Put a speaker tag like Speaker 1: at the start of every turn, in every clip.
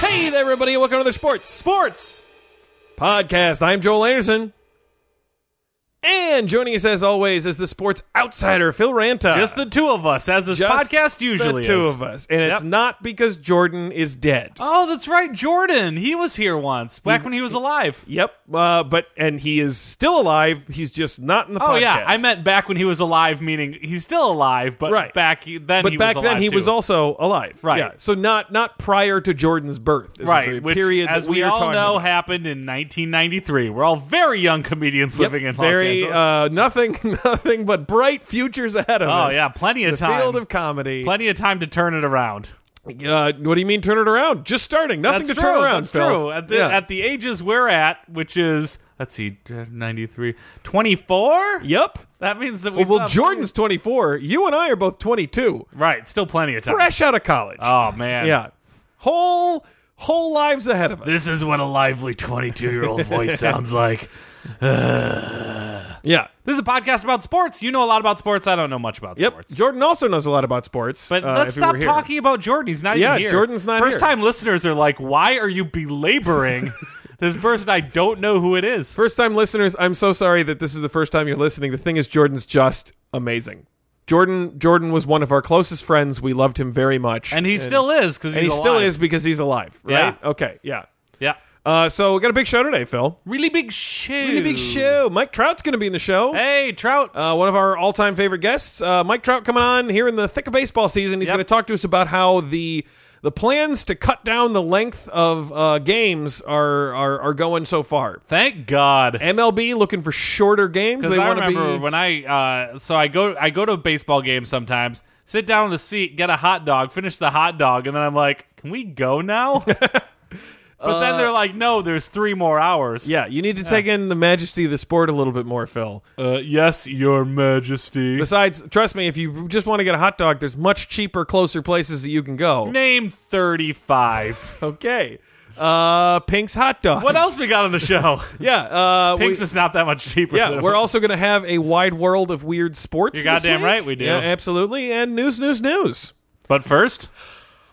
Speaker 1: Hey there, everybody, and welcome to the Sports Sports Podcast. I'm Joel Anderson. And joining us, as always, is the sports outsider, Phil Ranta.
Speaker 2: Just the two of us, as this
Speaker 1: Just
Speaker 2: podcast usually
Speaker 1: the two
Speaker 2: is.
Speaker 1: of us. And it's
Speaker 2: Yep.
Speaker 1: not because Jordan is dead.
Speaker 2: Oh, that's right, Jordan. He was here once, back when he was alive.
Speaker 1: Yep. Uh, but and he is still alive. He's just not in the
Speaker 2: Oh
Speaker 1: podcast.
Speaker 2: yeah, I meant back when he was alive, meaning he's still alive, but
Speaker 1: Right.
Speaker 2: back he- then.
Speaker 1: But
Speaker 2: he
Speaker 1: back
Speaker 2: was
Speaker 1: then
Speaker 2: alive,
Speaker 1: he was
Speaker 2: too.
Speaker 1: also alive.
Speaker 2: Right.
Speaker 1: Yeah. So not not prior to Jordan's birth. Is
Speaker 2: right.
Speaker 1: The
Speaker 2: which,
Speaker 1: period
Speaker 2: as
Speaker 1: that we,
Speaker 2: we,
Speaker 1: are
Speaker 2: all
Speaker 1: talking
Speaker 2: know,
Speaker 1: about.
Speaker 2: happened in 1993. We're all very young comedians
Speaker 1: Yep.
Speaker 2: living in Los
Speaker 1: very
Speaker 2: Angeles.
Speaker 1: uh, nothing nothing but bright futures ahead of
Speaker 2: oh
Speaker 1: us.
Speaker 2: yeah, plenty
Speaker 1: the
Speaker 2: of time.
Speaker 1: field of comedy.
Speaker 2: plenty of time to turn it around.
Speaker 1: Uh, what do you mean turn it around? Just starting. Nothing
Speaker 2: That's
Speaker 1: to
Speaker 2: true.
Speaker 1: turn around,
Speaker 2: That's
Speaker 1: Phil.
Speaker 2: true. At the,
Speaker 1: yeah.
Speaker 2: at the ages we're at, which is let's see, 93, 24.
Speaker 1: yep.
Speaker 2: That means that we.
Speaker 1: Well,
Speaker 2: still have
Speaker 1: Jordan's 24. You and I are both 22.
Speaker 2: plenty- right. Still plenty of time.
Speaker 1: Fresh out of college.
Speaker 2: Oh man.
Speaker 1: yeah. Whole whole lives ahead of us.
Speaker 2: This is what a lively 22 year old voice sounds like.
Speaker 1: Yeah.
Speaker 2: This is a podcast about sports. You know a lot about sports. I don't know much about
Speaker 1: Yep.
Speaker 2: sports.
Speaker 1: Jordan also knows a lot about sports.
Speaker 2: But
Speaker 1: uh, if
Speaker 2: let's
Speaker 1: he were
Speaker 2: stop
Speaker 1: here.
Speaker 2: talking about Jordan. He's not
Speaker 1: Yeah,
Speaker 2: even here.
Speaker 1: Jordan's not here.
Speaker 2: First time listeners are like, why are you belaboring this person? I don't know who it is.
Speaker 1: First time listeners, I'm so sorry that this is the first time you're listening. The thing is, Jordan's just amazing. Jordan Jordan was one of our closest friends. We loved him very much,
Speaker 2: And he still is because
Speaker 1: and he still is because he's alive, right?
Speaker 2: Yeah.
Speaker 1: Okay, yeah.
Speaker 2: Yeah.
Speaker 1: Uh, so we got a big show today, Phil.
Speaker 2: Really big show.
Speaker 1: Really big show. Mike Trout's going to be in the show.
Speaker 2: Hey, Trout.
Speaker 1: Uh, one of our all-time favorite guests, uh, Mike Trout, coming on here in the thick of baseball season. He's
Speaker 2: Yep.
Speaker 1: going to talk to us about how the the plans to cut down the length of uh, games are, are are going so far.
Speaker 2: Thank God.
Speaker 1: MLB looking for shorter games. They
Speaker 2: Because I
Speaker 1: want to
Speaker 2: remember
Speaker 1: be
Speaker 2: when I uh, so I go I go to a baseball game sometimes, sit down on the seat, get a hot dog, finish the hot dog, and then I'm like, can we go now? but then they're like, no, there's three more hours.
Speaker 1: Uh, Yeah, you need to take in the majesty of the sport a little bit more, Phil.
Speaker 2: Uh, yes, Your Majesty.
Speaker 1: Besides, trust me, if you just want to get a hot dog, there's much cheaper, closer places that you can go.
Speaker 2: Name thirty five.
Speaker 1: Okay. Uh, Pink's hot dog.
Speaker 2: what else we got on the show?
Speaker 1: Yeah. Uh,
Speaker 2: Pink's
Speaker 1: we-
Speaker 2: is not that much cheaper.
Speaker 1: yeah,
Speaker 2: than-
Speaker 1: we're also going to have a wide world of weird sports.
Speaker 2: You're
Speaker 1: this
Speaker 2: goddamn
Speaker 1: week.
Speaker 2: right we do.
Speaker 1: Yeah, absolutely. And news, news, news.
Speaker 2: But first,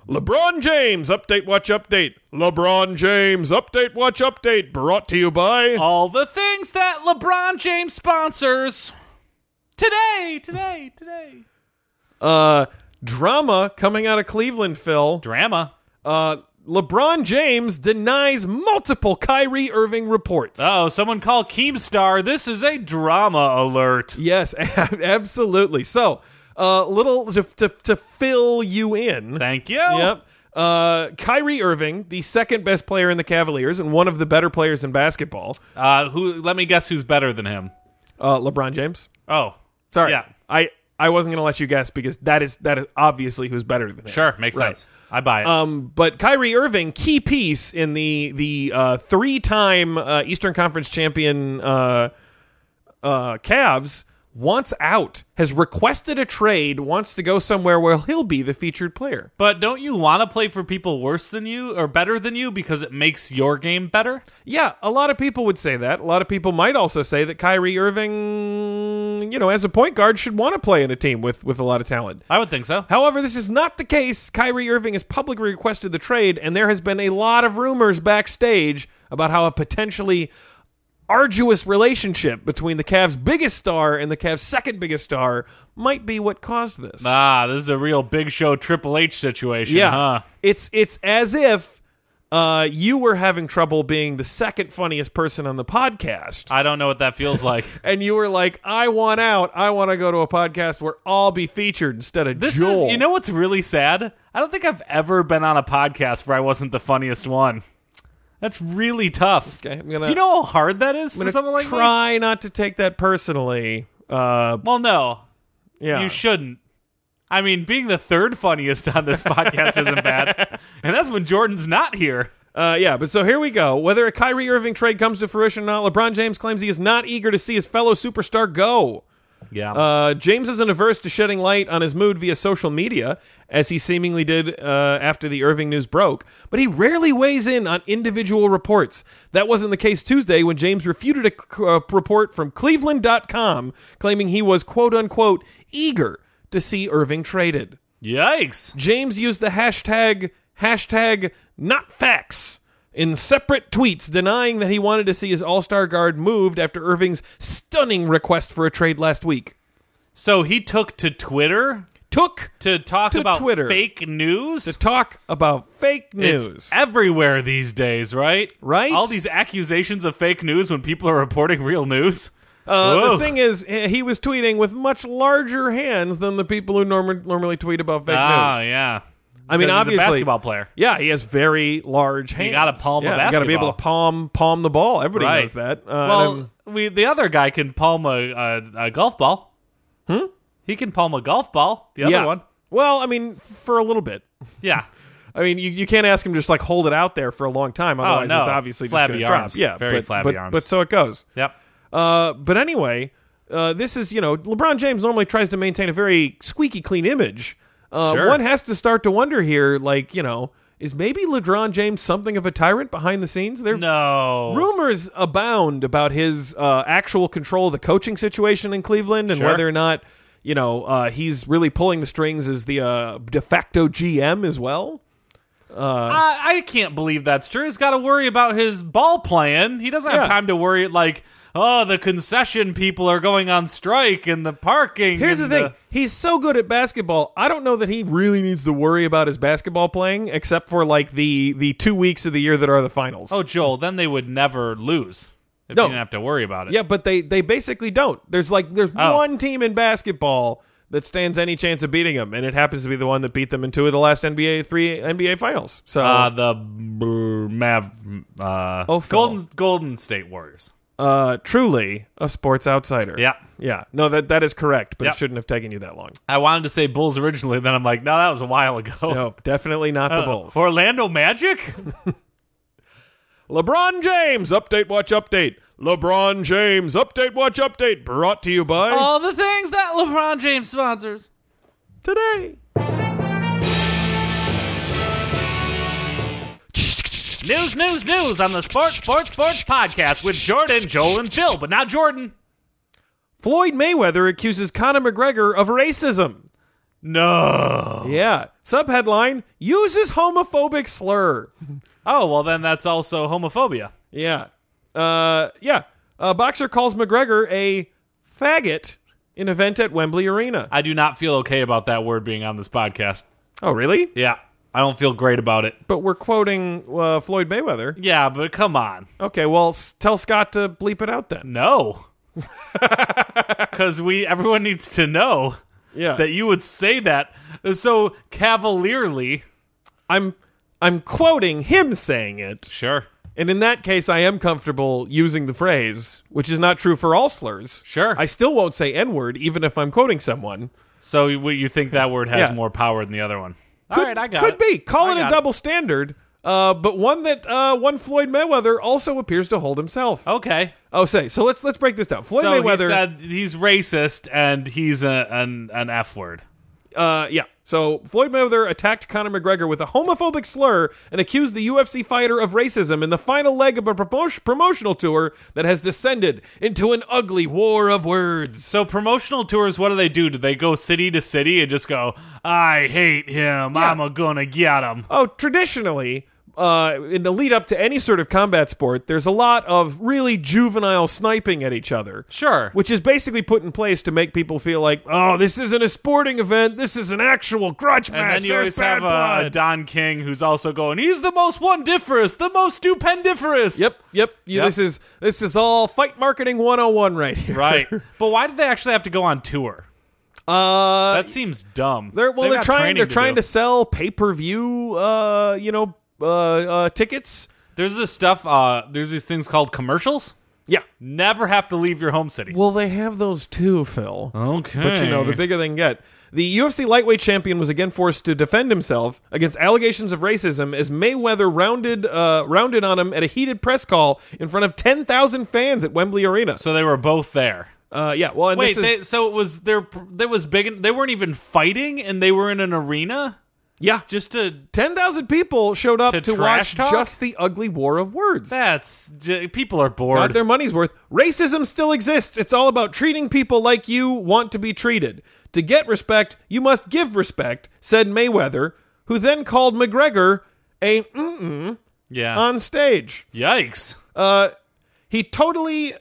Speaker 1: LeBron James update, watch update. LeBron James update, watch update. Brought to you by.
Speaker 2: all the things that LeBron James sponsors today, today, today.
Speaker 1: Uh, drama coming out of Cleveland, Phil.
Speaker 2: Drama.
Speaker 1: Uh, LeBron James denies multiple Kyrie Irving reports.
Speaker 2: Oh, someone call Keemstar. This is a drama alert.
Speaker 1: Yes, absolutely. So, uh, little to, to, to fill you in.
Speaker 2: Thank you.
Speaker 1: Yep. Uh, Kyrie Irving, the second best player in the Cavaliers and one of the better players in basketball.
Speaker 2: Uh, who? Let me guess who's better than him.
Speaker 1: Uh, LeBron James.
Speaker 2: Oh,
Speaker 1: Sorry,
Speaker 2: Yeah,
Speaker 1: I I wasn't going to let you guess because that is that is obviously who's better than him.
Speaker 2: sure, makes
Speaker 1: Right.
Speaker 2: sense. I buy it.
Speaker 1: Um, but Kyrie Irving, key piece in the the uh, three time uh, Eastern Conference champion uh, uh, Cavs, wants out, has requested a trade, wants to go somewhere where he'll be the featured player.
Speaker 2: but don't you want to play for people worse than you or better than you because it makes your game better?
Speaker 1: Yeah, a lot of people would say that. A lot of people might also say that Kyrie Irving, you know, as a point guard, should want to play in a team with with a lot of talent.
Speaker 2: I would think so.
Speaker 1: However, this is not the case. Kyrie Irving has publicly requested the trade, and there has been a lot of rumors backstage about how a potentially arduous relationship between the Cavs' biggest star and the Cavs' second biggest star might be what caused this.
Speaker 2: Ah, this is a real Big Show Triple H situation.
Speaker 1: yeah,
Speaker 2: huh?
Speaker 1: it's it's as if uh, you were having trouble being the second funniest person on the podcast.
Speaker 2: I don't know what that feels like.
Speaker 1: and you were like, I want out. I want to go to a podcast where I'll be featured instead of
Speaker 2: This
Speaker 1: Joel.
Speaker 2: is, you know, what's really sad. I don't think I've ever been on a podcast where I wasn't the funniest one. That's really tough.
Speaker 1: Okay, I'm gonna-
Speaker 2: Do you know how hard that is for
Speaker 1: Gonna
Speaker 2: someone like me?
Speaker 1: try not to take that personally. Uh,
Speaker 2: Well, no,
Speaker 1: yeah,
Speaker 2: you shouldn't. I mean, being the third funniest on this podcast isn't bad, and that's when Jordan's not here.
Speaker 1: uh, yeah. But so here we go. Whether a Kyrie Irving trade comes to fruition or not, LeBron James claims he is not eager to see his fellow superstar go.
Speaker 2: Yeah.
Speaker 1: Uh, James isn't averse to shedding light on his mood via social media, as he seemingly did uh, after the Irving news broke, but he rarely weighs in on individual reports. That wasn't the case Tuesday when James refuted a c- uh, report from Cleveland.com claiming he was, quote unquote, eager to see Irving traded.
Speaker 2: Yikes.
Speaker 1: James used the hashtag hashtag not facts in separate tweets denying that he wanted to see his all star guard moved after Irving's stunning request for a trade last week.
Speaker 2: So he took to Twitter
Speaker 1: Took
Speaker 2: to talk
Speaker 1: To
Speaker 2: about
Speaker 1: Twitter.
Speaker 2: fake news.
Speaker 1: to talk about fake news.
Speaker 2: It's everywhere these days, right?
Speaker 1: Right?
Speaker 2: All these accusations of fake news when people are reporting real news.
Speaker 1: Uh,
Speaker 2: Whoa.
Speaker 1: the thing is, eh, he was tweeting with much larger hands than the people who norm- normally tweet about fake
Speaker 2: ah,
Speaker 1: news.
Speaker 2: yeah.
Speaker 1: I mean,
Speaker 2: Because he's
Speaker 1: obviously,
Speaker 2: a basketball player.
Speaker 1: Yeah, he has very large hands.
Speaker 2: gotta palm a
Speaker 1: yeah, You got to be able to palm palm the ball. Everybody
Speaker 2: Right.
Speaker 1: knows that. Uh, and I'm-
Speaker 2: well, we the other guy can palm a, a, a golf ball. Hmm. He can palm a golf ball. The other
Speaker 1: yeah.
Speaker 2: one.
Speaker 1: Well, I mean, for a little bit.
Speaker 2: Yeah.
Speaker 1: I mean, you, you can't ask him to just like hold it out there for a long time. Otherwise,
Speaker 2: Oh, no.
Speaker 1: it's obviously
Speaker 2: Flabby
Speaker 1: just gonna
Speaker 2: arms.
Speaker 1: drop. Yeah,
Speaker 2: Very
Speaker 1: but,
Speaker 2: flabby
Speaker 1: but,
Speaker 2: arms.
Speaker 1: But so it goes.
Speaker 2: Yep.
Speaker 1: Uh, but anyway, uh, this is you know LeBron James normally tries to maintain a very squeaky clean image. Uh,
Speaker 2: Sure.
Speaker 1: One has to start to wonder here, like you know, is maybe LeBron James something of a tyrant behind the scenes? There,
Speaker 2: No.
Speaker 1: rumors abound about his uh, actual control of the coaching situation in Cleveland and
Speaker 2: Sure.
Speaker 1: whether or not you know uh, he's really pulling the strings as the uh, de facto GM as well.
Speaker 2: Uh, I, I can't believe that's true. He's got to worry about his ball playing. He doesn't have
Speaker 1: Yeah.
Speaker 2: time to worry like, oh, the concession people are going on strike and the parking.
Speaker 1: Here's the
Speaker 2: and uh,
Speaker 1: thing. He's so good at basketball. I don't know that he really needs to worry about his basketball playing except for like the the 2 weeks of the year that are the finals.
Speaker 2: Oh, Joel, then they would never lose if
Speaker 1: No.
Speaker 2: you didn't have to worry about it.
Speaker 1: yeah, but they they basically don't. There's like there's
Speaker 2: Oh.
Speaker 1: one team in basketball that stands any chance of beating them and it happens to be the one that beat them in two of the last NBA 3 NBA finals. So
Speaker 2: Uh, the Br- Mav, uh,
Speaker 1: Oh, Phil.
Speaker 2: Golden Golden State Warriors.
Speaker 1: uh truly a sports outsider.
Speaker 2: Yeah.
Speaker 1: Yeah. No, that that is correct, but
Speaker 2: Yeah.
Speaker 1: it shouldn't have taken you that long.
Speaker 2: I wanted to say Bulls originally, then I'm like, no, that was a while ago.
Speaker 1: No, definitely not
Speaker 2: Uh,
Speaker 1: the Bulls.
Speaker 2: Orlando Magic?
Speaker 1: LeBron James update watch update. LeBron James update watch update brought to you by
Speaker 2: All the things that LeBron James sponsors.
Speaker 1: today.
Speaker 2: News, news, news on the Sports, Sports, Sports podcast with Jordan, Joel, and Phil, but not Jordan.
Speaker 1: Floyd Mayweather accuses Conor McGregor of racism.
Speaker 2: No.
Speaker 1: Yeah. Subheadline uses homophobic slur.
Speaker 2: Oh, well, then that's also homophobia.
Speaker 1: Yeah. Uh, yeah. A boxer calls McGregor a faggot in event at Wembley Arena.
Speaker 2: I do not feel okay about that word being on this podcast.
Speaker 1: Oh, really?
Speaker 2: Yeah. I don't feel great about it.
Speaker 1: But we're quoting uh, Floyd Mayweather.
Speaker 2: Yeah, but come on.
Speaker 1: Okay, well, s- tell Scott to bleep it out then.
Speaker 2: No. Cuz we everyone needs to know
Speaker 1: Yeah.
Speaker 2: that you would say that so cavalierly.
Speaker 1: I'm I'm quoting him saying it.
Speaker 2: Sure.
Speaker 1: And in that case, I am comfortable using the phrase, which is not true for all slurs.
Speaker 2: Sure.
Speaker 1: I still won't say N word, even if I'm quoting someone.
Speaker 2: So you you think that word has
Speaker 1: Yeah.
Speaker 2: more power than the other one? All
Speaker 1: Could-
Speaker 2: right, I got
Speaker 1: Could
Speaker 2: it.
Speaker 1: be. Call
Speaker 2: I
Speaker 1: it a
Speaker 2: got
Speaker 1: double standard, uh, but one that uh, one Floyd Mayweather also appears to hold himself.
Speaker 2: Okay.
Speaker 1: Oh, say. So let's let's break this down. Floyd
Speaker 2: so
Speaker 1: Mayweather.
Speaker 2: he said he's racist and he's a, an an F word.
Speaker 1: uh, yeah. So Floyd Mayweather attacked Conor McGregor with a homophobic slur and accused the UFC fighter of racism in the final leg of a promo- promotional tour that has descended into an ugly war of words.
Speaker 2: So promotional tours, what do they do? Do they go city to city and just go, "I hate him. I'm a gonna get him."
Speaker 1: Oh, traditionally, uh, in the lead up to any sort of combat sport, there's a lot of really juvenile sniping at each other.
Speaker 2: Sure.
Speaker 1: Which is basically put in place to make people feel like, oh, this isn't a sporting event. This is an actual grudge
Speaker 2: and
Speaker 1: match.
Speaker 2: then you
Speaker 1: There's
Speaker 2: always have
Speaker 1: bad
Speaker 2: a, a
Speaker 1: blood.
Speaker 2: Don King who's also going, "He's the most wondiferous, the most stupendiferous."
Speaker 1: Yep, yep, You-
Speaker 2: Yep.
Speaker 1: This is this is all fight marketing 101 right here.
Speaker 2: Right. but why did they actually have to go on tour?
Speaker 1: Uh,
Speaker 2: That seems dumb.
Speaker 1: they're well,
Speaker 2: They've
Speaker 1: they're
Speaker 2: got
Speaker 1: trying.
Speaker 2: training
Speaker 1: They're trying
Speaker 2: do.
Speaker 1: to sell pay per view. Uh, you know, uh, uh, tickets.
Speaker 2: There's this stuff. Uh, there's these things called commercials.
Speaker 1: Yeah.
Speaker 2: Never have to leave your home city.
Speaker 1: Well, they have those too, Phil.
Speaker 2: Okay.
Speaker 1: But you know, the bigger they can get. The UFC lightweight champion was again forced to defend himself against allegations of racism as Mayweather rounded uh, rounded on him at a heated press call in front of ten thousand fans at Wembley Arena.
Speaker 2: so they were both there.
Speaker 1: Uh, yeah, well, and
Speaker 2: Wait,
Speaker 1: this is
Speaker 2: they, so it was there. There was big. They weren't even fighting, and they were in an arena
Speaker 1: yeah,
Speaker 2: just to.
Speaker 1: ten thousand people showed up
Speaker 2: To
Speaker 1: to, watch
Speaker 2: trash talk?
Speaker 1: just the ugly war of words.
Speaker 2: That's j- people are
Speaker 1: Got
Speaker 2: bored.
Speaker 1: their money's worth. Racism still exists. It's all about treating people like you want to be treated. To get respect, you must give respect," said Mayweather, who then called McGregor a mm
Speaker 2: Yeah.
Speaker 1: on stage.
Speaker 2: Yikes.
Speaker 1: Uh, he totally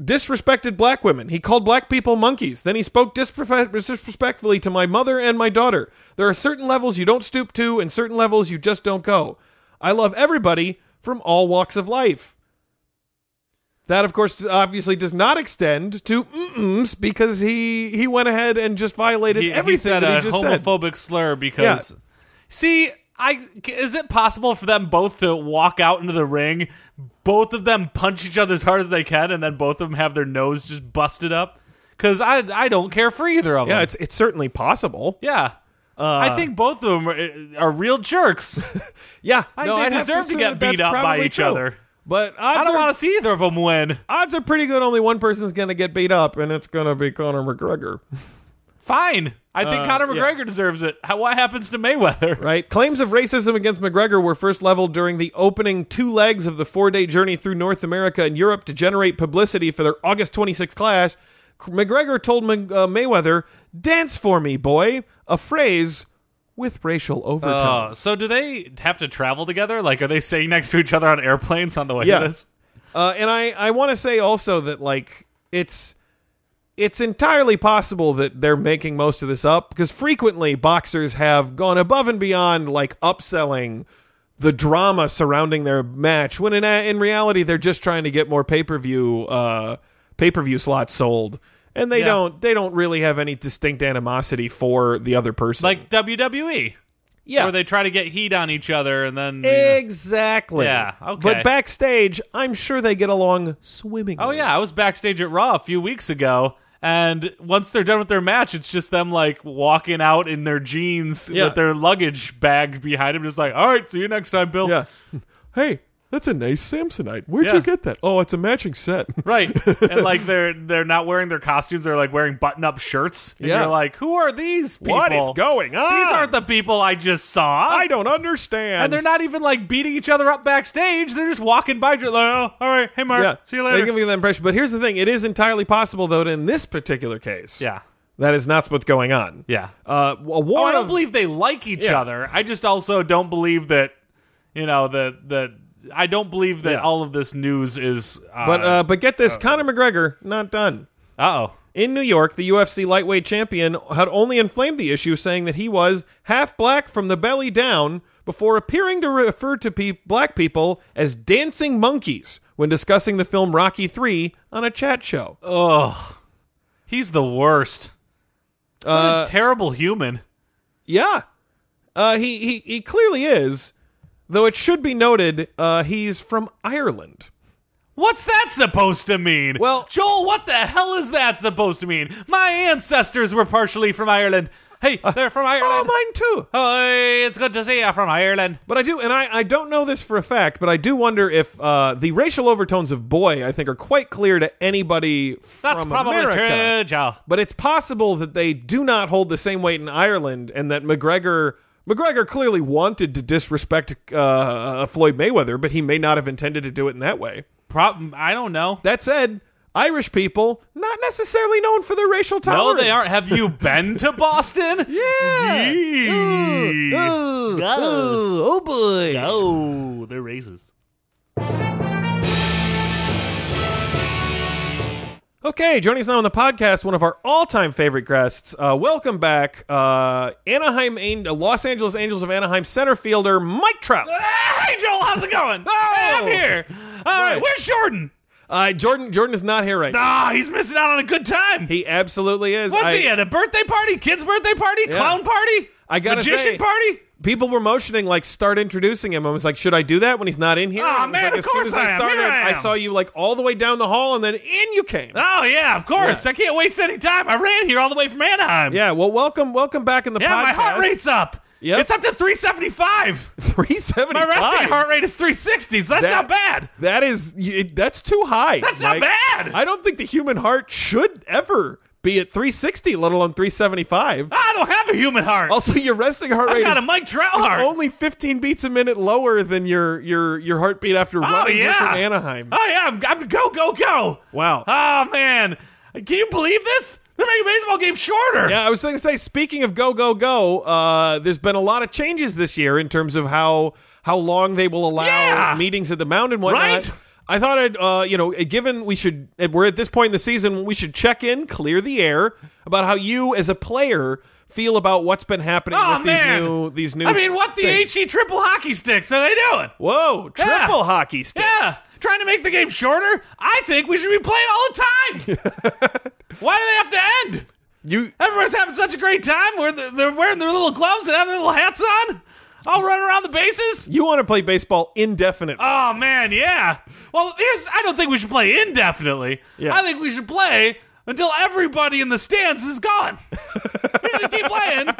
Speaker 1: disrespected black women. He called black people monkeys. Then he spoke disrespect- disrespectfully to my mother and my daughter. There are certain levels you don't stoop to, and certain levels you just don't go. I love everybody from all walks of life. That, of course, obviously does not extend to mm-mms because he he went ahead and just violated
Speaker 2: He, he
Speaker 1: everything
Speaker 2: said
Speaker 1: that
Speaker 2: a
Speaker 1: he just said.
Speaker 2: homophobic slur because. See, I is it possible for them both to walk out into the ring, both of them punch each other as hard as they can, and then both of them have their nose just busted up? Because I I don't care for either of
Speaker 1: Yeah,
Speaker 2: them.
Speaker 1: it's uh, it's certainly possible.
Speaker 2: yeah. I think both of them are, are real jerks.
Speaker 1: Yeah,
Speaker 2: I-
Speaker 1: no,
Speaker 2: they
Speaker 1: I'd have
Speaker 2: deserve to
Speaker 1: assume
Speaker 2: get
Speaker 1: that that's
Speaker 2: beat up by
Speaker 1: probably
Speaker 2: each
Speaker 1: true.
Speaker 2: other.
Speaker 1: But odds
Speaker 2: I don't
Speaker 1: are
Speaker 2: want to see either of them win.
Speaker 1: odds are pretty good only one person's going to get beat up, and it's going to be Conor McGregor.
Speaker 2: Fine. I
Speaker 1: Uh,
Speaker 2: think Conor
Speaker 1: yeah.
Speaker 2: McGregor deserves it. How, what happens to Mayweather?
Speaker 1: Right? Claims of racism against McGregor were first leveled during the opening two legs of the four day journey through North America and Europe to generate publicity for their August 26th clash. McGregor told Mc- uh, Mayweather, Dance for me, boy, a phrase with racial overtones.
Speaker 2: Uh, so do they have to travel together? Like, are they sitting next to each other on airplanes on the way
Speaker 1: Yeah.
Speaker 2: to this?
Speaker 1: Uh, and I, I want to say also that like it's it's entirely possible that they're making most of this up because frequently boxers have gone above and beyond like upselling the drama surrounding their match when in in reality they're just trying to get more pay per view uh, pay per view slots sold and they
Speaker 2: Yeah.
Speaker 1: don't they don't really have any distinct animosity for the other person
Speaker 2: Like WWE,
Speaker 1: yeah Eh.
Speaker 2: where they try to get heat on each other and then.
Speaker 1: exactly
Speaker 2: Yeah, okay.
Speaker 1: but backstage I'm sure they get along swimmingly
Speaker 2: oh yeah, I was backstage at Raw a few weeks ago, and once they're done with their match, it's just them like walking out in their jeans
Speaker 1: Yeah.
Speaker 2: with their luggage bag behind them, just like, all right, see you next time, Bill.
Speaker 1: Yeah. Hey, that's a nice Samsonite. Where'd
Speaker 2: Yeah.
Speaker 1: you get that? Oh, it's a matching set.
Speaker 2: Right, and like they're they're not wearing their costumes; they're like wearing button-up shirts. And
Speaker 1: Yeah.
Speaker 2: you're like, who are these people?
Speaker 1: going on?
Speaker 2: These aren't the people I just saw.
Speaker 1: don't understand.
Speaker 2: And they're not even like beating each other up backstage. They're just walking by. Just like, oh, all right, hey Mark,
Speaker 1: Yeah.
Speaker 2: see you later.
Speaker 1: They're giving you that impression. But here's the thing: it is entirely possible, though, that in this particular case,
Speaker 2: yeah,
Speaker 1: that is not what's going on.
Speaker 2: yeah.
Speaker 1: Uh, a war
Speaker 2: Oh, I don't
Speaker 1: of-
Speaker 2: believe they like each
Speaker 1: Yeah.
Speaker 2: other. I just also don't believe that. You know that that I don't believe that
Speaker 1: Yeah.
Speaker 2: all of this news is. Uh,
Speaker 1: but uh, but get this: Conor McGregor not done.
Speaker 2: oh,
Speaker 1: In New York, the UFC lightweight champion had only inflamed the issue, saying that he was half black from the belly down before appearing to refer to pe- black people as dancing monkeys when discussing the film Rocky 3 on a chat show.
Speaker 2: oh, he's the worst. What
Speaker 1: Uh,
Speaker 2: a terrible human.
Speaker 1: Yeah. Uh, he, he, he clearly is, though it should be noted uh, he's from Ireland.
Speaker 2: What's that supposed to mean?
Speaker 1: Well-
Speaker 2: Joel, what the hell is that supposed to mean? My ancestors were partially from Ireland. Hey, they're from Ireland.
Speaker 1: Oh, mine too.
Speaker 2: Hi, it's good to see you from Ireland.
Speaker 1: But I do, and I, I don't know this for a fact, but I do wonder if uh, the racial overtones of boy, I think, are quite clear to anybody
Speaker 2: That's
Speaker 1: from
Speaker 2: probably
Speaker 1: America.
Speaker 2: true, Joe.
Speaker 1: But it's possible that they do not hold the same weight in Ireland, and that McGregor McGregor clearly wanted to disrespect uh, uh, Floyd Mayweather, but he may not have intended to do it in that way.
Speaker 2: Prob- I don't know.
Speaker 1: That said, Irish people not necessarily known for their racial
Speaker 2: No,
Speaker 1: tolerance.
Speaker 2: they aren't. Have you been to Boston?
Speaker 1: Yeah.
Speaker 2: Yee.
Speaker 1: Oh,
Speaker 2: No.
Speaker 1: oh, oh boy.
Speaker 2: No, they're racist.
Speaker 1: Okay, Joni's now on the podcast, one of our all-time favorite guests. Uh, welcome back, uh, Anaheim, An- uh, Los Angeles Angels of Anaheim center fielder Mike Trout.
Speaker 2: Ah, Hey, Joel, how's it going? Hey, I'm here. All right,
Speaker 1: Oh. Right.
Speaker 2: where's Jordan?
Speaker 1: Uh, Jordan, Jordan is not here right now.
Speaker 2: Ah, he's missing out on a good time.
Speaker 1: He absolutely is.
Speaker 2: What's
Speaker 1: I-
Speaker 2: he at? A birthday party? Kid's birthday party? Clown party?
Speaker 1: I gotta
Speaker 2: Magician
Speaker 1: say-
Speaker 2: party?
Speaker 1: People were motioning like start introducing him. I was like, should I do that when he's not in here? And
Speaker 2: Aw,
Speaker 1: it was
Speaker 2: man,
Speaker 1: like,
Speaker 2: of
Speaker 1: as soon
Speaker 2: course
Speaker 1: as
Speaker 2: I
Speaker 1: I
Speaker 2: am.
Speaker 1: started,
Speaker 2: Here I
Speaker 1: I
Speaker 2: am.
Speaker 1: saw you like all the way down the hall, and then in you came.
Speaker 2: Oh, yeah, of course.
Speaker 1: Yeah.
Speaker 2: I can't waste any time. I ran here all the way from Anaheim.
Speaker 1: Yeah, well, welcome, welcome back in the
Speaker 2: Yeah,
Speaker 1: podcast.
Speaker 2: my heart rate's up.
Speaker 1: Yep.
Speaker 2: It's up to 375.
Speaker 1: three seventy
Speaker 2: My
Speaker 1: five.
Speaker 2: resting heart rate is 360, so that's
Speaker 1: That-
Speaker 2: not bad.
Speaker 1: That is, you- that's too high.
Speaker 2: That's not
Speaker 1: Mike.
Speaker 2: bad.
Speaker 1: I don't think the human heart should ever be at three sixty, let alone three seventy five.
Speaker 2: I don't have a human heart.
Speaker 1: Also, your resting heart
Speaker 2: I
Speaker 1: rate
Speaker 2: Ah. got a
Speaker 1: is
Speaker 2: Mike Trout heart.
Speaker 1: only fifteen beats a minute lower than your your your heartbeat after
Speaker 2: oh
Speaker 1: running here
Speaker 2: yeah,
Speaker 1: from Anaheim.
Speaker 2: Oh yeah, I'm, I'm go go go.
Speaker 1: Wow.
Speaker 2: Oh man, can you believe this? They're making baseball games shorter.
Speaker 1: Yeah, I was going to say. Speaking of go go go, uh, there's been a lot of changes this year in terms of how how long they will allow
Speaker 2: Yeah.
Speaker 1: meetings at the mound and whatnot.
Speaker 2: Right?
Speaker 1: I thought I'd, uh, you know, given we should, we're at this point in the season, we should check in, clear the air about how you as a player feel about what's been happening
Speaker 2: Oh,
Speaker 1: with
Speaker 2: man.
Speaker 1: these new, these new.
Speaker 2: I mean, what the
Speaker 1: things.
Speaker 2: HE triple hockey sticks are they doing?
Speaker 1: Whoa, triple
Speaker 2: Yeah.
Speaker 1: hockey sticks.
Speaker 2: Yeah, trying to make the game shorter. I think we should be playing all the time. Why do they have to end?
Speaker 1: You,
Speaker 2: Everyone's having such a great time. Where the- they're wearing their little gloves and having their little hats on. I'll run around the bases.
Speaker 1: you want to play baseball indefinitely.
Speaker 2: Oh man, yeah. Well, here's I don't think we should play indefinitely.
Speaker 1: Yeah.
Speaker 2: I think we should play until everybody in the stands is gone. we should keep playing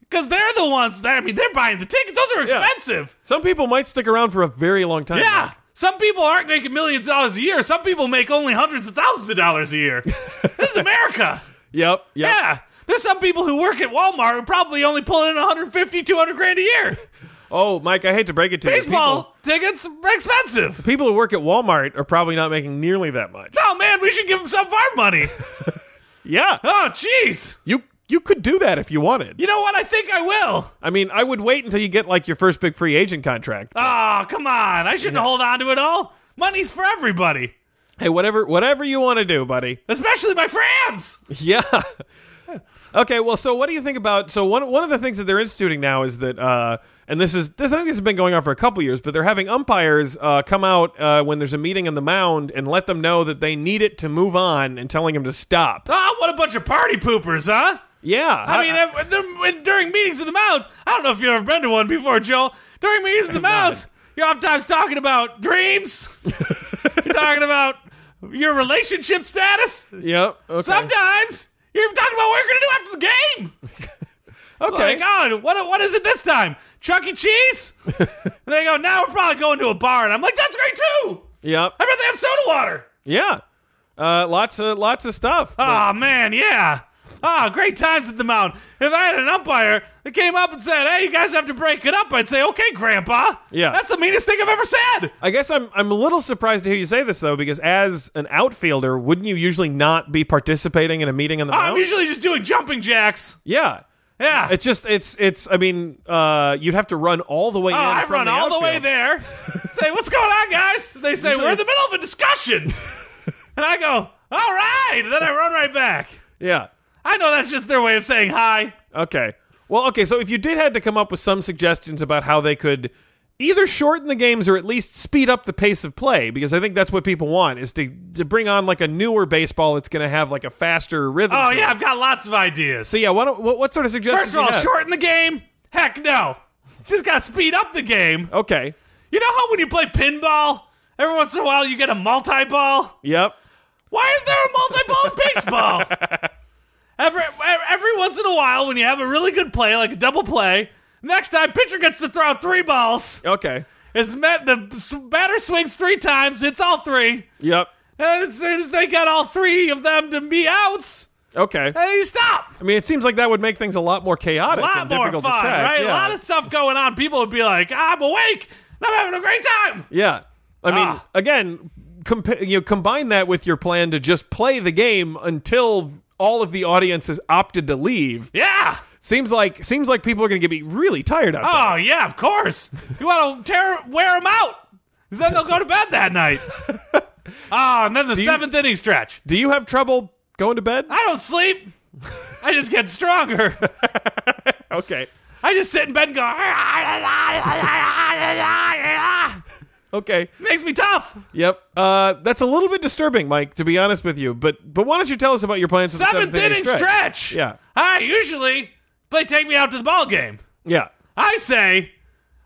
Speaker 2: because they're the ones. That, I mean, they're buying the tickets. Those are expensive.
Speaker 1: Some people might stick around for a very long time.
Speaker 2: Yeah. Some people aren't making millions of dollars a year. Some people make only hundreds of thousands of dollars a year. this is America.
Speaker 1: Yep. Yep.
Speaker 2: Yeah. There's some people who work at Walmart who probably only pull in 150, 200 grand a year.
Speaker 1: Oh, Mike, I hate to break it to you. People-
Speaker 2: Baseball tickets are expensive.
Speaker 1: people who work at Walmart are probably not making nearly that much.
Speaker 2: Oh man, we should give them some of our money.
Speaker 1: Yeah,
Speaker 2: Oh jeez.
Speaker 1: you you could do that if you wanted.
Speaker 2: You know what? I think I will.
Speaker 1: I mean, I would wait until you get like your first big free agent contract.
Speaker 2: Oh, come on. I shouldn't hold on to it all. Money's for everybody,
Speaker 1: Hey, whatever whatever you want to do, buddy.
Speaker 2: especially my friends.
Speaker 1: Yeah. Okay, well, so what do you think about? So one one of the things that they're instituting now is that, uh, and this is this I think this has been going on for a couple years, but they're having umpires uh, come out uh, when there's a meeting on the mound and let them know that they need it to move on, and telling them to stop.
Speaker 2: Oh, what a bunch of party poopers, huh?
Speaker 1: Yeah,
Speaker 2: I mean, ev- the- when- during meetings in the mounds, I don't know if you've ever been to one before, Joel. During meetings in the mounds, you're oftentimes talking about dreams. you're talking about your relationship status.
Speaker 1: yep. Okay.
Speaker 2: Sometimes you're even talking about what you're gonna do after the game.
Speaker 1: okay.
Speaker 2: Like, oh, what, what is it this time? Chuck E. Cheese? and they go, now we're probably going to a bar. And I'm like, that's great too.
Speaker 1: Yep.
Speaker 2: I bet they have soda water.
Speaker 1: Yeah. Uh, lots of lots of stuff.
Speaker 2: Oh, man, yeah. Oh, great times at the mound. If I had an umpire that came up and said, hey, you guys have to break it up, I'd say, okay, Grandpa.
Speaker 1: Yeah.
Speaker 2: That's the meanest thing I've ever said.
Speaker 1: I guess I'm I'm a little surprised to hear you say this though, because as an outfielder, wouldn't you usually not be participating in a meeting on the
Speaker 2: Ah, I'm
Speaker 1: mound?
Speaker 2: usually just doing jumping jacks.
Speaker 1: yeah.
Speaker 2: Yeah.
Speaker 1: It's just it's it's I mean, uh, you'd have to run all the way
Speaker 2: Oh,
Speaker 1: in.
Speaker 2: I
Speaker 1: from
Speaker 2: run
Speaker 1: the
Speaker 2: all the way
Speaker 1: outfield.
Speaker 2: there. say, what's going on, guys? They say,
Speaker 1: Usually
Speaker 2: we're in the
Speaker 1: it's-
Speaker 2: middle of a discussion. and I go, all right. And then I run right back. I know that's just their way of saying hi.
Speaker 1: Yeah. Okay. Well, okay, so if you did had to come up with some suggestions about how they could either shorten the games or at least speed up the pace of play, because I think that's what people want, is to, to bring on like a newer baseball that's gonna have like a faster rhythm.
Speaker 2: Oh
Speaker 1: to
Speaker 2: yeah,
Speaker 1: it.
Speaker 2: I've got lots of ideas.
Speaker 1: So yeah, what, what what sort of suggestions?
Speaker 2: First
Speaker 1: do
Speaker 2: of all,
Speaker 1: you have?
Speaker 2: shorten the game. Heck no. Just got to speed up the game.
Speaker 1: Okay.
Speaker 2: You know how when you play pinball, every once in a while you get a multi-ball?
Speaker 1: Yep.
Speaker 2: Why is there a multi-ball in baseball? Every, every once in a while when you have a really good play, like a double play, next time pitcher gets to throw out three balls.
Speaker 1: Okay.
Speaker 2: It's met, the s- batter swings three times, it's all three.
Speaker 1: Yep.
Speaker 2: And as soon as they got all three of them to be outs,
Speaker 1: Okay.
Speaker 2: then you stop.
Speaker 1: I mean, it seems like that would make things a lot more chaotic
Speaker 2: a lot
Speaker 1: and
Speaker 2: more
Speaker 1: difficult
Speaker 2: fun,
Speaker 1: to track.
Speaker 2: right?
Speaker 1: Yeah.
Speaker 2: A lot of stuff going on. People would be like, "I'm awake. and I'm having a great time."
Speaker 1: yeah. I mean,
Speaker 2: Ah.
Speaker 1: again, comp- you know, combine that with your plan to just play the game until all of the audience has opted to leave.
Speaker 2: Yeah.
Speaker 1: Seems like seems like people are going to be really tired out
Speaker 2: Oh yeah, of course. You want to tear wear them out, because then they'll go to bed that night. Ah, and then the
Speaker 1: you-
Speaker 2: seventh inning stretch.
Speaker 1: there. Do you have trouble going to bed?
Speaker 2: I don't sleep. I just get stronger.
Speaker 1: Okay.
Speaker 2: I just sit in bed and go.
Speaker 1: Okay.
Speaker 2: Makes me tough.
Speaker 1: Yep. Uh, that's a little bit disturbing, Mike, to be honest with you. But but why don't you tell us about your plans for the
Speaker 2: Seventh,
Speaker 1: seventh
Speaker 2: inning stretch.
Speaker 1: Yeah.
Speaker 2: I usually play take me out to the ball game.
Speaker 1: Yeah.
Speaker 2: I say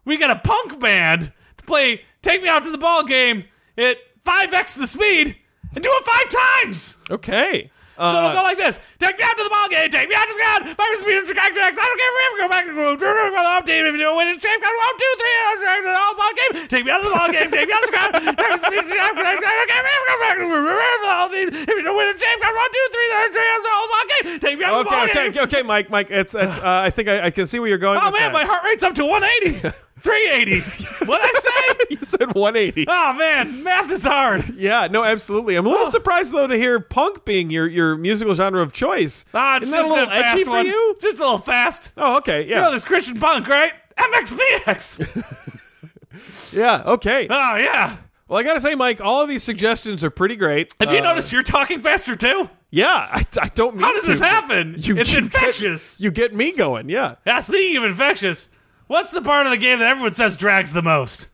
Speaker 2: we got a punk band to play Take Me Out to the Ball Game at 5x the speed and do it five times.
Speaker 1: Okay.
Speaker 2: So
Speaker 1: Uh,
Speaker 2: it'll go like this. Take me out to the ball game. Take me out to the ground. Back to speed. It's a I don't care if we ever go back to the groove. Drew, drew, drew, update. If you do win it's shape, got one, two, three. and it's a All ball game. Take me out to the ball game. Take me out to the ground. Back to speed. It's a I don't care if we ever go back to the groove. All these. If you do win it's shape, got one, two, three. and it's a All ball game. Take me out to the
Speaker 1: Okay,
Speaker 2: ball
Speaker 1: okay,
Speaker 2: game.
Speaker 1: okay, okay, Mike, Mike. It's, it's. Uh, I think I, I can see where you're going. with
Speaker 2: Oh man,
Speaker 1: that.
Speaker 2: my heart rate's up to 180. 380. what I say?
Speaker 1: you said 180.
Speaker 2: Oh man, math is hard.
Speaker 1: Yeah, no, absolutely. I'm a little surprised though to hear punk being your, your musical genre of choice.
Speaker 2: Ah, it's
Speaker 1: Isn't that
Speaker 2: just
Speaker 1: a little
Speaker 2: fast
Speaker 1: edgy
Speaker 2: one.
Speaker 1: for you?
Speaker 2: Just a little fast.
Speaker 1: Oh, okay,
Speaker 2: You know,
Speaker 1: yeah,
Speaker 2: there's Christian punk, right? MXPX.
Speaker 1: yeah, okay.
Speaker 2: oh yeah.
Speaker 1: Well, I gotta say, Mike, all of these suggestions are pretty great.
Speaker 2: Have you
Speaker 1: Uh,
Speaker 2: noticed you're talking faster too?
Speaker 1: Yeah, I, I don't. Mean
Speaker 2: How does
Speaker 1: to,
Speaker 2: this
Speaker 1: but
Speaker 2: happen? it's
Speaker 1: you
Speaker 2: infectious.
Speaker 1: Get, you get me going. Yeah.
Speaker 2: Yeah, speaking of infectious, what's the part of the game that everyone says drags the most?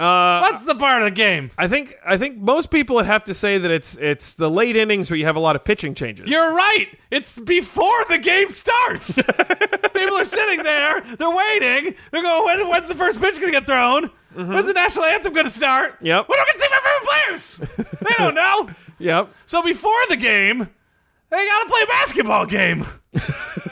Speaker 1: Uh,
Speaker 2: What's the part of the game?
Speaker 1: I think I think most people would have to say that it's it's the late innings where you have a lot of pitching changes.
Speaker 2: You're right. It's before the game starts. People are sitting there. They're waiting. They're going, when, when's the first pitch going to get thrown? When's the national anthem going to start?
Speaker 1: Mm-hmm. Yep.
Speaker 2: We don't get to see my favorite players. they don't know.
Speaker 1: yep.
Speaker 2: So before the game, they got to play a basketball game.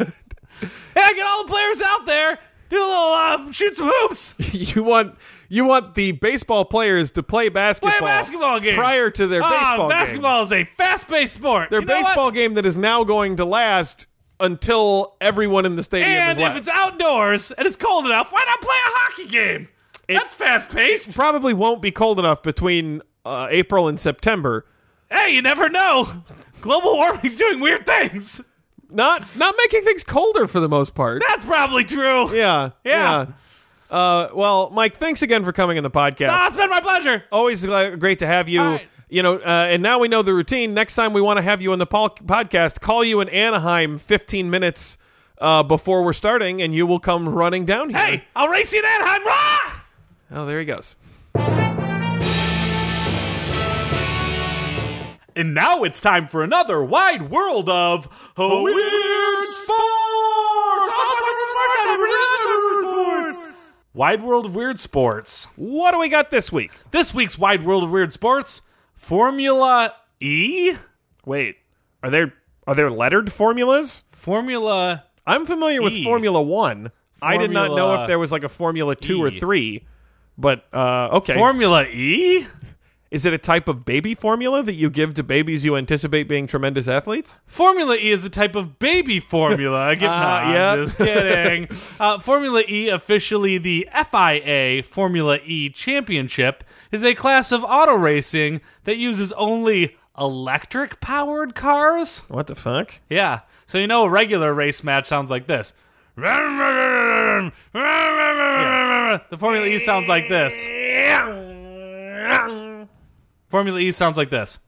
Speaker 2: yeah, get all the players out there. Do a little uh, shoot some hoops.
Speaker 1: you want you want the baseball players to play basketball,
Speaker 2: Play a basketball game
Speaker 1: prior to their
Speaker 2: Ah,
Speaker 1: baseball game.
Speaker 2: basketball is a fast-paced sport.
Speaker 1: Their
Speaker 2: You know what?
Speaker 1: baseball game that is now going to last until everyone in the stadium
Speaker 2: And
Speaker 1: is
Speaker 2: if
Speaker 1: left.
Speaker 2: it's outdoors and it's cold enough, why not play a hockey game? That's fast paced.
Speaker 1: Probably won't be cold enough between uh, April and September.
Speaker 2: Hey, you never know. Global warming's doing weird things.
Speaker 1: Not not making things colder for the most part.
Speaker 2: That's probably true.
Speaker 1: Yeah. yeah.
Speaker 2: Yeah.
Speaker 1: Uh, well, Mike, thanks again for coming in the podcast.
Speaker 2: Ah, it's been my pleasure.
Speaker 1: always gl- great to have you.
Speaker 2: All right.
Speaker 1: You know, uh, and now we know the routine. Next time we want to have you on the pol- podcast, call you in Anaheim 15 minutes uh, before we're starting, and you will come running down here.
Speaker 2: Hey, I'll race you Ah! in Anaheim. Rah!
Speaker 1: Oh, there he goes.
Speaker 2: And now it's time for another wide world of weird sports. Wide world of weird sports.
Speaker 1: What do we got this week?
Speaker 2: This week's wide world of weird sports, Formula E,
Speaker 1: Wait, are there are there lettered formulas?
Speaker 2: Formula
Speaker 1: I'm familiar with
Speaker 2: E.
Speaker 1: Formula One. I did not know
Speaker 2: Formula
Speaker 1: if there was like a Formula Two or
Speaker 2: E.
Speaker 1: Three, but uh, okay.
Speaker 2: Formula E?
Speaker 1: Is it a type of baby formula that you give to babies you anticipate being tremendous athletes?
Speaker 2: Formula E is a type of baby formula. I get
Speaker 1: Uh,
Speaker 2: no, I'm
Speaker 1: yeah.
Speaker 2: just kidding. uh, formula E, officially the FIA Formula E Championship, is a class of auto racing that uses only electric powered cars.
Speaker 1: What the fuck?
Speaker 2: Yeah. So you know a regular race match sounds like this. The Formula E sounds like this. Formula E sounds like this.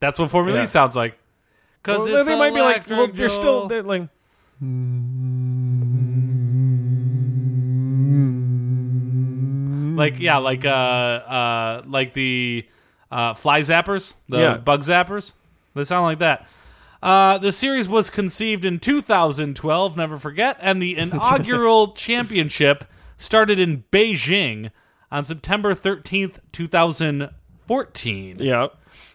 Speaker 2: That's what Formula
Speaker 1: Yeah.
Speaker 2: E sounds like. Because
Speaker 1: Well,
Speaker 2: it's
Speaker 1: they might be like,
Speaker 2: electric,
Speaker 1: well, you're still
Speaker 2: Joel.
Speaker 1: they're like. Mm-hmm.
Speaker 2: like yeah, like uh, uh, like the uh, fly zappers, the
Speaker 1: Yeah.
Speaker 2: bug zappers. They sound like that. Uh, the series was conceived in 2012, never forget, and the inaugural championship started in Beijing on September 13th, 2014.
Speaker 1: Yeah.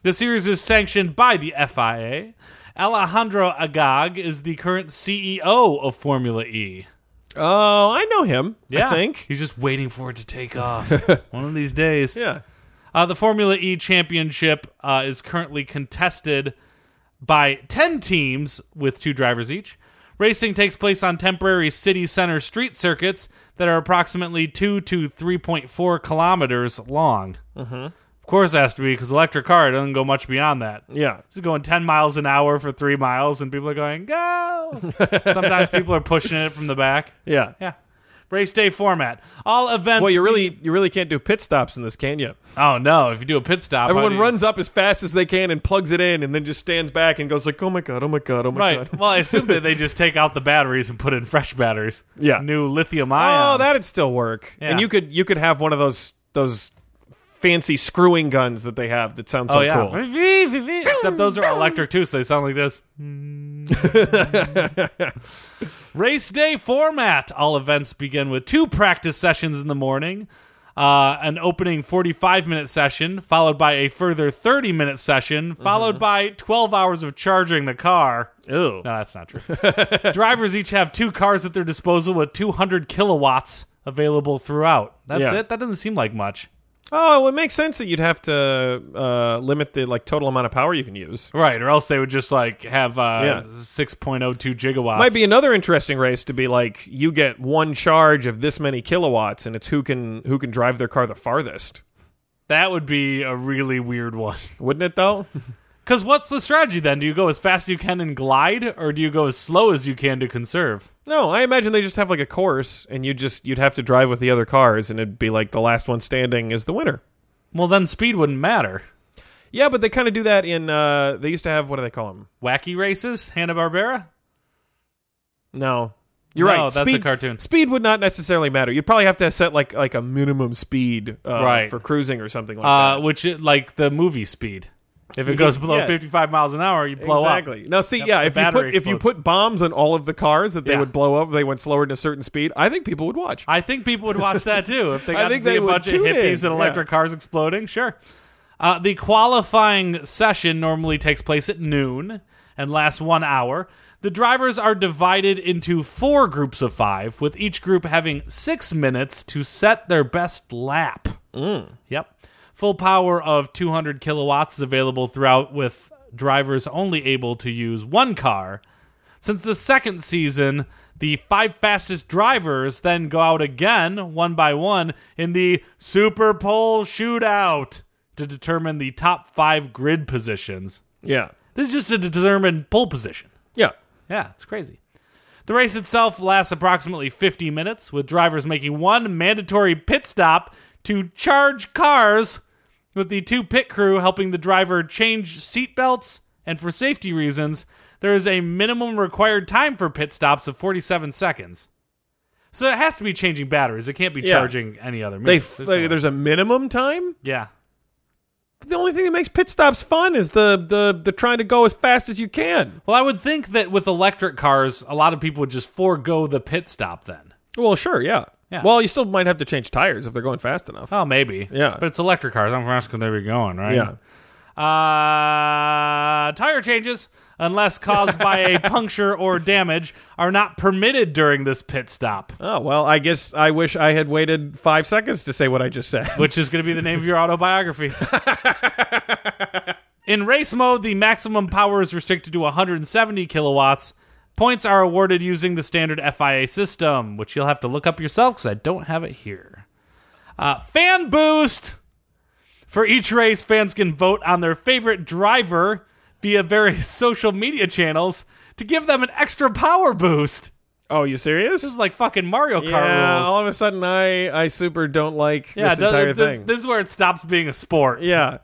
Speaker 2: The series is sanctioned by the FIA. Alejandro Agag is the current CEO of Formula E.
Speaker 1: Oh, I know him.
Speaker 2: Yeah.
Speaker 1: I think.
Speaker 2: He's just waiting for it to take off one of these days.
Speaker 1: Yeah.
Speaker 2: Uh, the Formula E Championship uh, is currently contested by 10 teams with two drivers each. Racing takes place on temporary city center street circuits that are approximately 2 to 3.4 kilometers long. Mm-hmm. Of course, it has to be because electric car it doesn't go much beyond that.
Speaker 1: Yeah.
Speaker 2: Just going 10 miles an hour for three miles, and people are going, go. Sometimes people are pushing it from the back.
Speaker 1: Yeah.
Speaker 2: Yeah. Race day format. All events.
Speaker 1: Well, you really you really can't do pit stops in this, can you?
Speaker 2: Oh, no. If you do a pit stop,
Speaker 1: Everyone
Speaker 2: how do you-
Speaker 1: runs up as fast as they can and plugs it in, and then just stands back and goes like, "Oh my god! Oh my god! Oh my
Speaker 2: Right.
Speaker 1: god!"
Speaker 2: Well, I assume that they just take out the batteries and put in fresh batteries.
Speaker 1: Yeah.
Speaker 2: New lithium
Speaker 1: Oh,
Speaker 2: ion.
Speaker 1: that'd still work.
Speaker 2: Yeah.
Speaker 1: And you could you could have one of those those fancy screwing guns that they have that sound so
Speaker 2: Oh, yeah.
Speaker 1: cool.
Speaker 2: Except those are electric too, so they sound like this. Race day format. All events begin with two practice sessions in the morning, uh, an opening 45 minute session, followed by a further 30 minute session,
Speaker 1: Mm-hmm.
Speaker 2: followed by 12 hours of charging the car.
Speaker 1: Ew.
Speaker 2: No, that's not true. Drivers each have two cars at their disposal with 200 kilowatts available throughout. That's
Speaker 1: Yeah.
Speaker 2: it. That doesn't seem like much.
Speaker 1: Oh, it would make sense that you'd have to uh, limit the like total amount of power you can use.
Speaker 2: Right, or else they would just like have
Speaker 1: Yeah.
Speaker 2: uh, six point oh two gigawatts.
Speaker 1: Might be another interesting race to be like you get one charge of this many kilowatts, and it's who can who can drive their car the farthest.
Speaker 2: that would be a really weird one.
Speaker 1: Wouldn't it though?
Speaker 2: Because what's the strategy then? Do you go as fast as you can and glide, or do you go as slow as you can to conserve?
Speaker 1: no, I imagine they just have like a course, and you just you'd have to drive with the other cars, and it'd be like the last one standing is the winner.
Speaker 2: Well, then speed wouldn't matter.
Speaker 1: Yeah, but they kind of do that in. Uh, they used to have what do they call them?
Speaker 2: Wacky races, Hanna Barbera.
Speaker 1: No, you're
Speaker 2: No,
Speaker 1: right.
Speaker 2: that's a
Speaker 1: speed,
Speaker 2: cartoon.
Speaker 1: Speed would not necessarily matter. You'd probably have to set like like a minimum speed uh,
Speaker 2: Right.
Speaker 1: for cruising or something like
Speaker 2: Uh,
Speaker 1: that.
Speaker 2: which it, like the movie speed. If it goes below
Speaker 1: Yeah.
Speaker 2: 55 miles an hour, you blow up.
Speaker 1: Exactly. Now, see, yeah,
Speaker 2: the
Speaker 1: if you put
Speaker 2: battery
Speaker 1: if you
Speaker 2: explodes.
Speaker 1: put bombs on all of the cars that they
Speaker 2: Yeah.
Speaker 1: would blow up, if they went slower than a certain speed. I think people would watch.
Speaker 2: I think people would watch that too if they
Speaker 1: I
Speaker 2: got
Speaker 1: think
Speaker 2: to see
Speaker 1: they
Speaker 2: a
Speaker 1: would
Speaker 2: bunch of
Speaker 1: tune in,
Speaker 2: hippies
Speaker 1: yeah.
Speaker 2: and electric cars exploding. Sure. Uh, the qualifying session normally takes place at noon and lasts one hour. The drivers are divided into four groups of five, with each group having six minutes to set their best lap. Yep. Full power of 200 kilowatts is available throughout, with drivers only able to use one car. Since the second season, the five fastest drivers then go out again, one by one, in the Super Pole Shootout to determine the top five grid positions.
Speaker 1: yeah,
Speaker 2: This is just to determine pole position.
Speaker 1: yeah.
Speaker 2: Yeah, it's crazy. The race itself lasts approximately 50 minutes, with drivers making one mandatory pit stop to charge cars, with the two pit crew helping the driver change seatbelts. And for safety reasons, there is a minimum required time for pit stops of 47 seconds. So it has to be changing batteries. It can't be
Speaker 1: Yeah.
Speaker 2: charging any other
Speaker 1: They
Speaker 2: means.
Speaker 1: there's, like, there's a minimum time.
Speaker 2: yeah.
Speaker 1: The only thing that makes pit stops fun is the the the trying to go as fast as you can.
Speaker 2: Well, I would think that with electric cars, a lot of people would just forego the pit stop then.
Speaker 1: Well, sure, yeah.
Speaker 2: Yeah.
Speaker 1: Well, you still might have to change tires if they're going fast enough.
Speaker 2: Oh, maybe.
Speaker 1: Yeah.
Speaker 2: But it's electric cars. I'm asking where they're going, right?
Speaker 1: Yeah.
Speaker 2: Uh, tire changes, unless caused by a puncture or damage, are not permitted during this pit stop,
Speaker 1: Oh well, I guess I wish I had waited five seconds to say what I just said.
Speaker 2: which is going to be the name of your autobiography. In race mode, the maximum power is restricted to 170 kilowatts. Points are awarded using the standard FIA system, which you'll have to look up yourself because I don't have it here. Uh, fan boost! For each race, fans can vote on their favorite driver via various social media channels to give them an extra power boost.
Speaker 1: Oh, you serious?
Speaker 2: This is like fucking Mario Kart
Speaker 1: yeah.
Speaker 2: rules.
Speaker 1: All of a sudden, I I super don't like
Speaker 2: yeah,
Speaker 1: this
Speaker 2: does-
Speaker 1: entire
Speaker 2: this,
Speaker 1: thing.
Speaker 2: this is where it stops being a sport.
Speaker 1: yeah.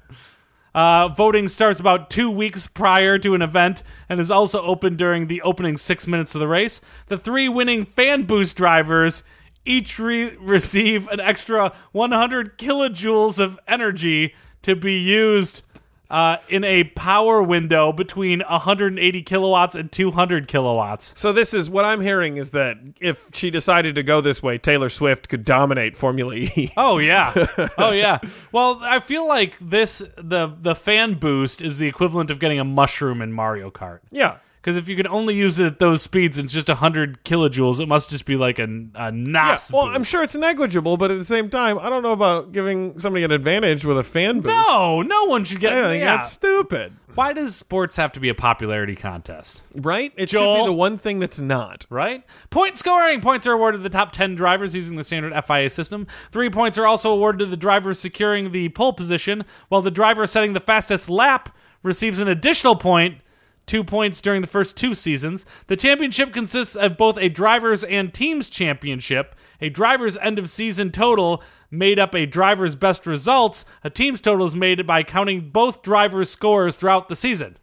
Speaker 2: Uh, voting starts about two weeks prior to an event and is also open during the opening six minutes of the race. The three winning fan boost drivers each re- receive an extra 100 kilojoules of energy to be used uh, in a power window between 180 kilowatts and 200 kilowatts.
Speaker 1: So this is what I'm hearing is that if she decided to go this way, Taylor Swift could dominate Formula E.
Speaker 2: Oh yeah, oh yeah. Well, I feel like this the the fan boost is the equivalent of getting a mushroom in Mario Kart.
Speaker 1: yeah.
Speaker 2: Because if you can only use it at those speeds and it's just 100 kilojoules, it must just be like a, a NAS.
Speaker 1: Well, I'm sure it's negligible, but at the same time, I don't know about giving somebody an advantage with a fan boost.
Speaker 2: no, no one should get
Speaker 1: I
Speaker 2: yeah,
Speaker 1: think Oh, that's stupid.
Speaker 2: Why does sports have to be a popularity contest?
Speaker 1: Right? It should
Speaker 2: Joel?
Speaker 1: be the one thing that's not.
Speaker 2: Right? Point scoring! Points are awarded to the top 10 drivers using the standard FIA system. Three points are also awarded to the driver securing the pole position, while the driver setting the fastest lap receives an additional point, two points during the first two seasons. The championship consists of both a driver's and team's championship, a driver's end of season total made up a driver's best results, a team's total is made by counting both drivers' scores throughout the season.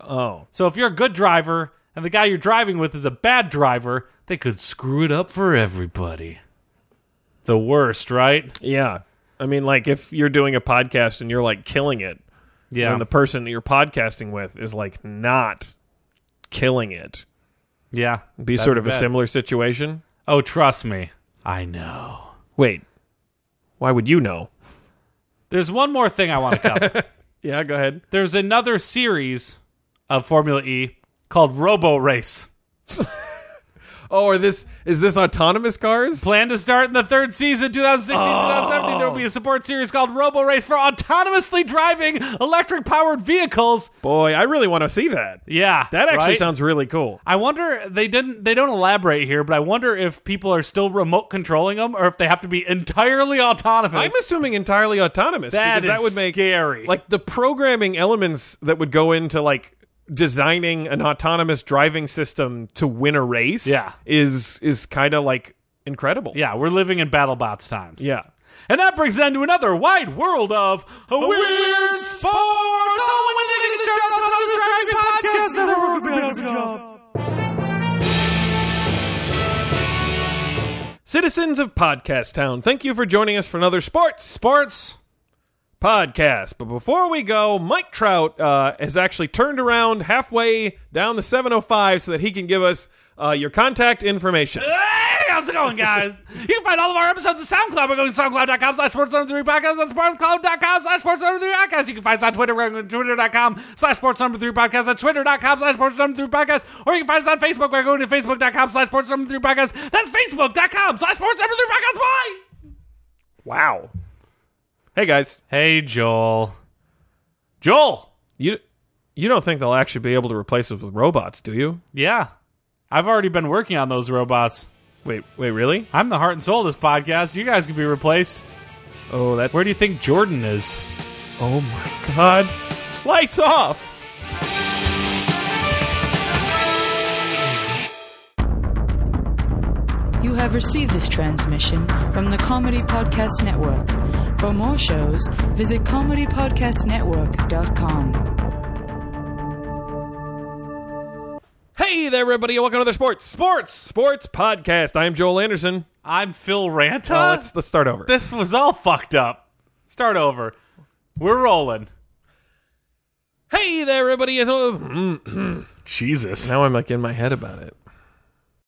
Speaker 1: Oh.
Speaker 2: So if you're a good driver and the guy you're driving with is a bad driver, they could screw it up for everybody. The worst, right?
Speaker 1: Yeah. I mean, like, if you're doing a podcast and you're, like, killing it,
Speaker 2: Yeah.
Speaker 1: and the person that you're podcasting with is, like, not killing it,
Speaker 2: yeah.
Speaker 1: it'd be sort of a similar situation.
Speaker 2: Oh, trust me. I know.
Speaker 1: Wait. Why would you know?
Speaker 2: There's one more thing I want to cover.
Speaker 1: Yeah, go ahead.
Speaker 2: There's another series of Formula E called Robo Race.
Speaker 1: Oh, are this is this autonomous cars?
Speaker 2: Plan to start in the third season, 2016 2017. There will be a support series called Robo Race for autonomously driving electric powered vehicles.
Speaker 1: Boy, I really want to see that.
Speaker 2: Yeah.
Speaker 1: That actually
Speaker 2: right?
Speaker 1: sounds really cool.
Speaker 2: I wonder they didn't they don't elaborate here, but I wonder if people are still remote controlling them or if they have to be entirely autonomous.
Speaker 1: I'm assuming entirely autonomous
Speaker 2: That
Speaker 1: because
Speaker 2: is
Speaker 1: that would make
Speaker 2: scary.
Speaker 1: like the programming elements that would go into like designing an autonomous driving system to win a race
Speaker 2: Yeah.
Speaker 1: is is kind of like incredible.
Speaker 2: yeah, we're living in BattleBots times.
Speaker 1: Yeah.
Speaker 2: And that brings it on to another wide world of weird, sports.
Speaker 1: Citizens of Podcast Town, thank you for joining us for another sports
Speaker 2: Sports.
Speaker 1: podcast. But before we go, Mike Trout uh, has actually turned around halfway down the 705 so that he can give us uh, your contact information.
Speaker 2: Hey, how's it going, guys? you can find all of our episodes at SoundCloud by going to soundcloud.com slash sports 3 podcast and sportscloud.com slash sports 3 podcast. You can find us on Twitter by going to twitter.com slash sports 3 podcast, at twitter.com slash sports 3 podcast, or you can find us on Facebook by going to facebook.com slash sports 3 podcast. That's facebook.com slash sports 3 podcast. Bye!
Speaker 1: Wow. Hey guys,
Speaker 2: Hey, Joel. Joel!
Speaker 1: you you don't think they'll actually be able to replace us with robots, do you?
Speaker 2: Yeah. I've already been working on those robots.
Speaker 1: Wait, wait, really?
Speaker 2: I'm the heart and soul of this podcast. You guys can be replaced.
Speaker 1: Oh, that.
Speaker 2: Where do you think Jordan is?
Speaker 1: Oh my God! Lights off.
Speaker 3: You have received this transmission from the Comedy Podcast Network. For more shows, visit comedypodcastnetwork.com.
Speaker 1: Hey there, everybody! and Welcome to another sports
Speaker 2: Sports!
Speaker 1: sports podcast. I'm Joel Anderson.
Speaker 2: I'm Phil Ranta.
Speaker 1: Uh, let's let's start over.
Speaker 2: this was all fucked up. Start over. We're rolling.
Speaker 1: Hey there, everybody! and-
Speaker 2: Jesus.
Speaker 1: Now I'm like in my head about it.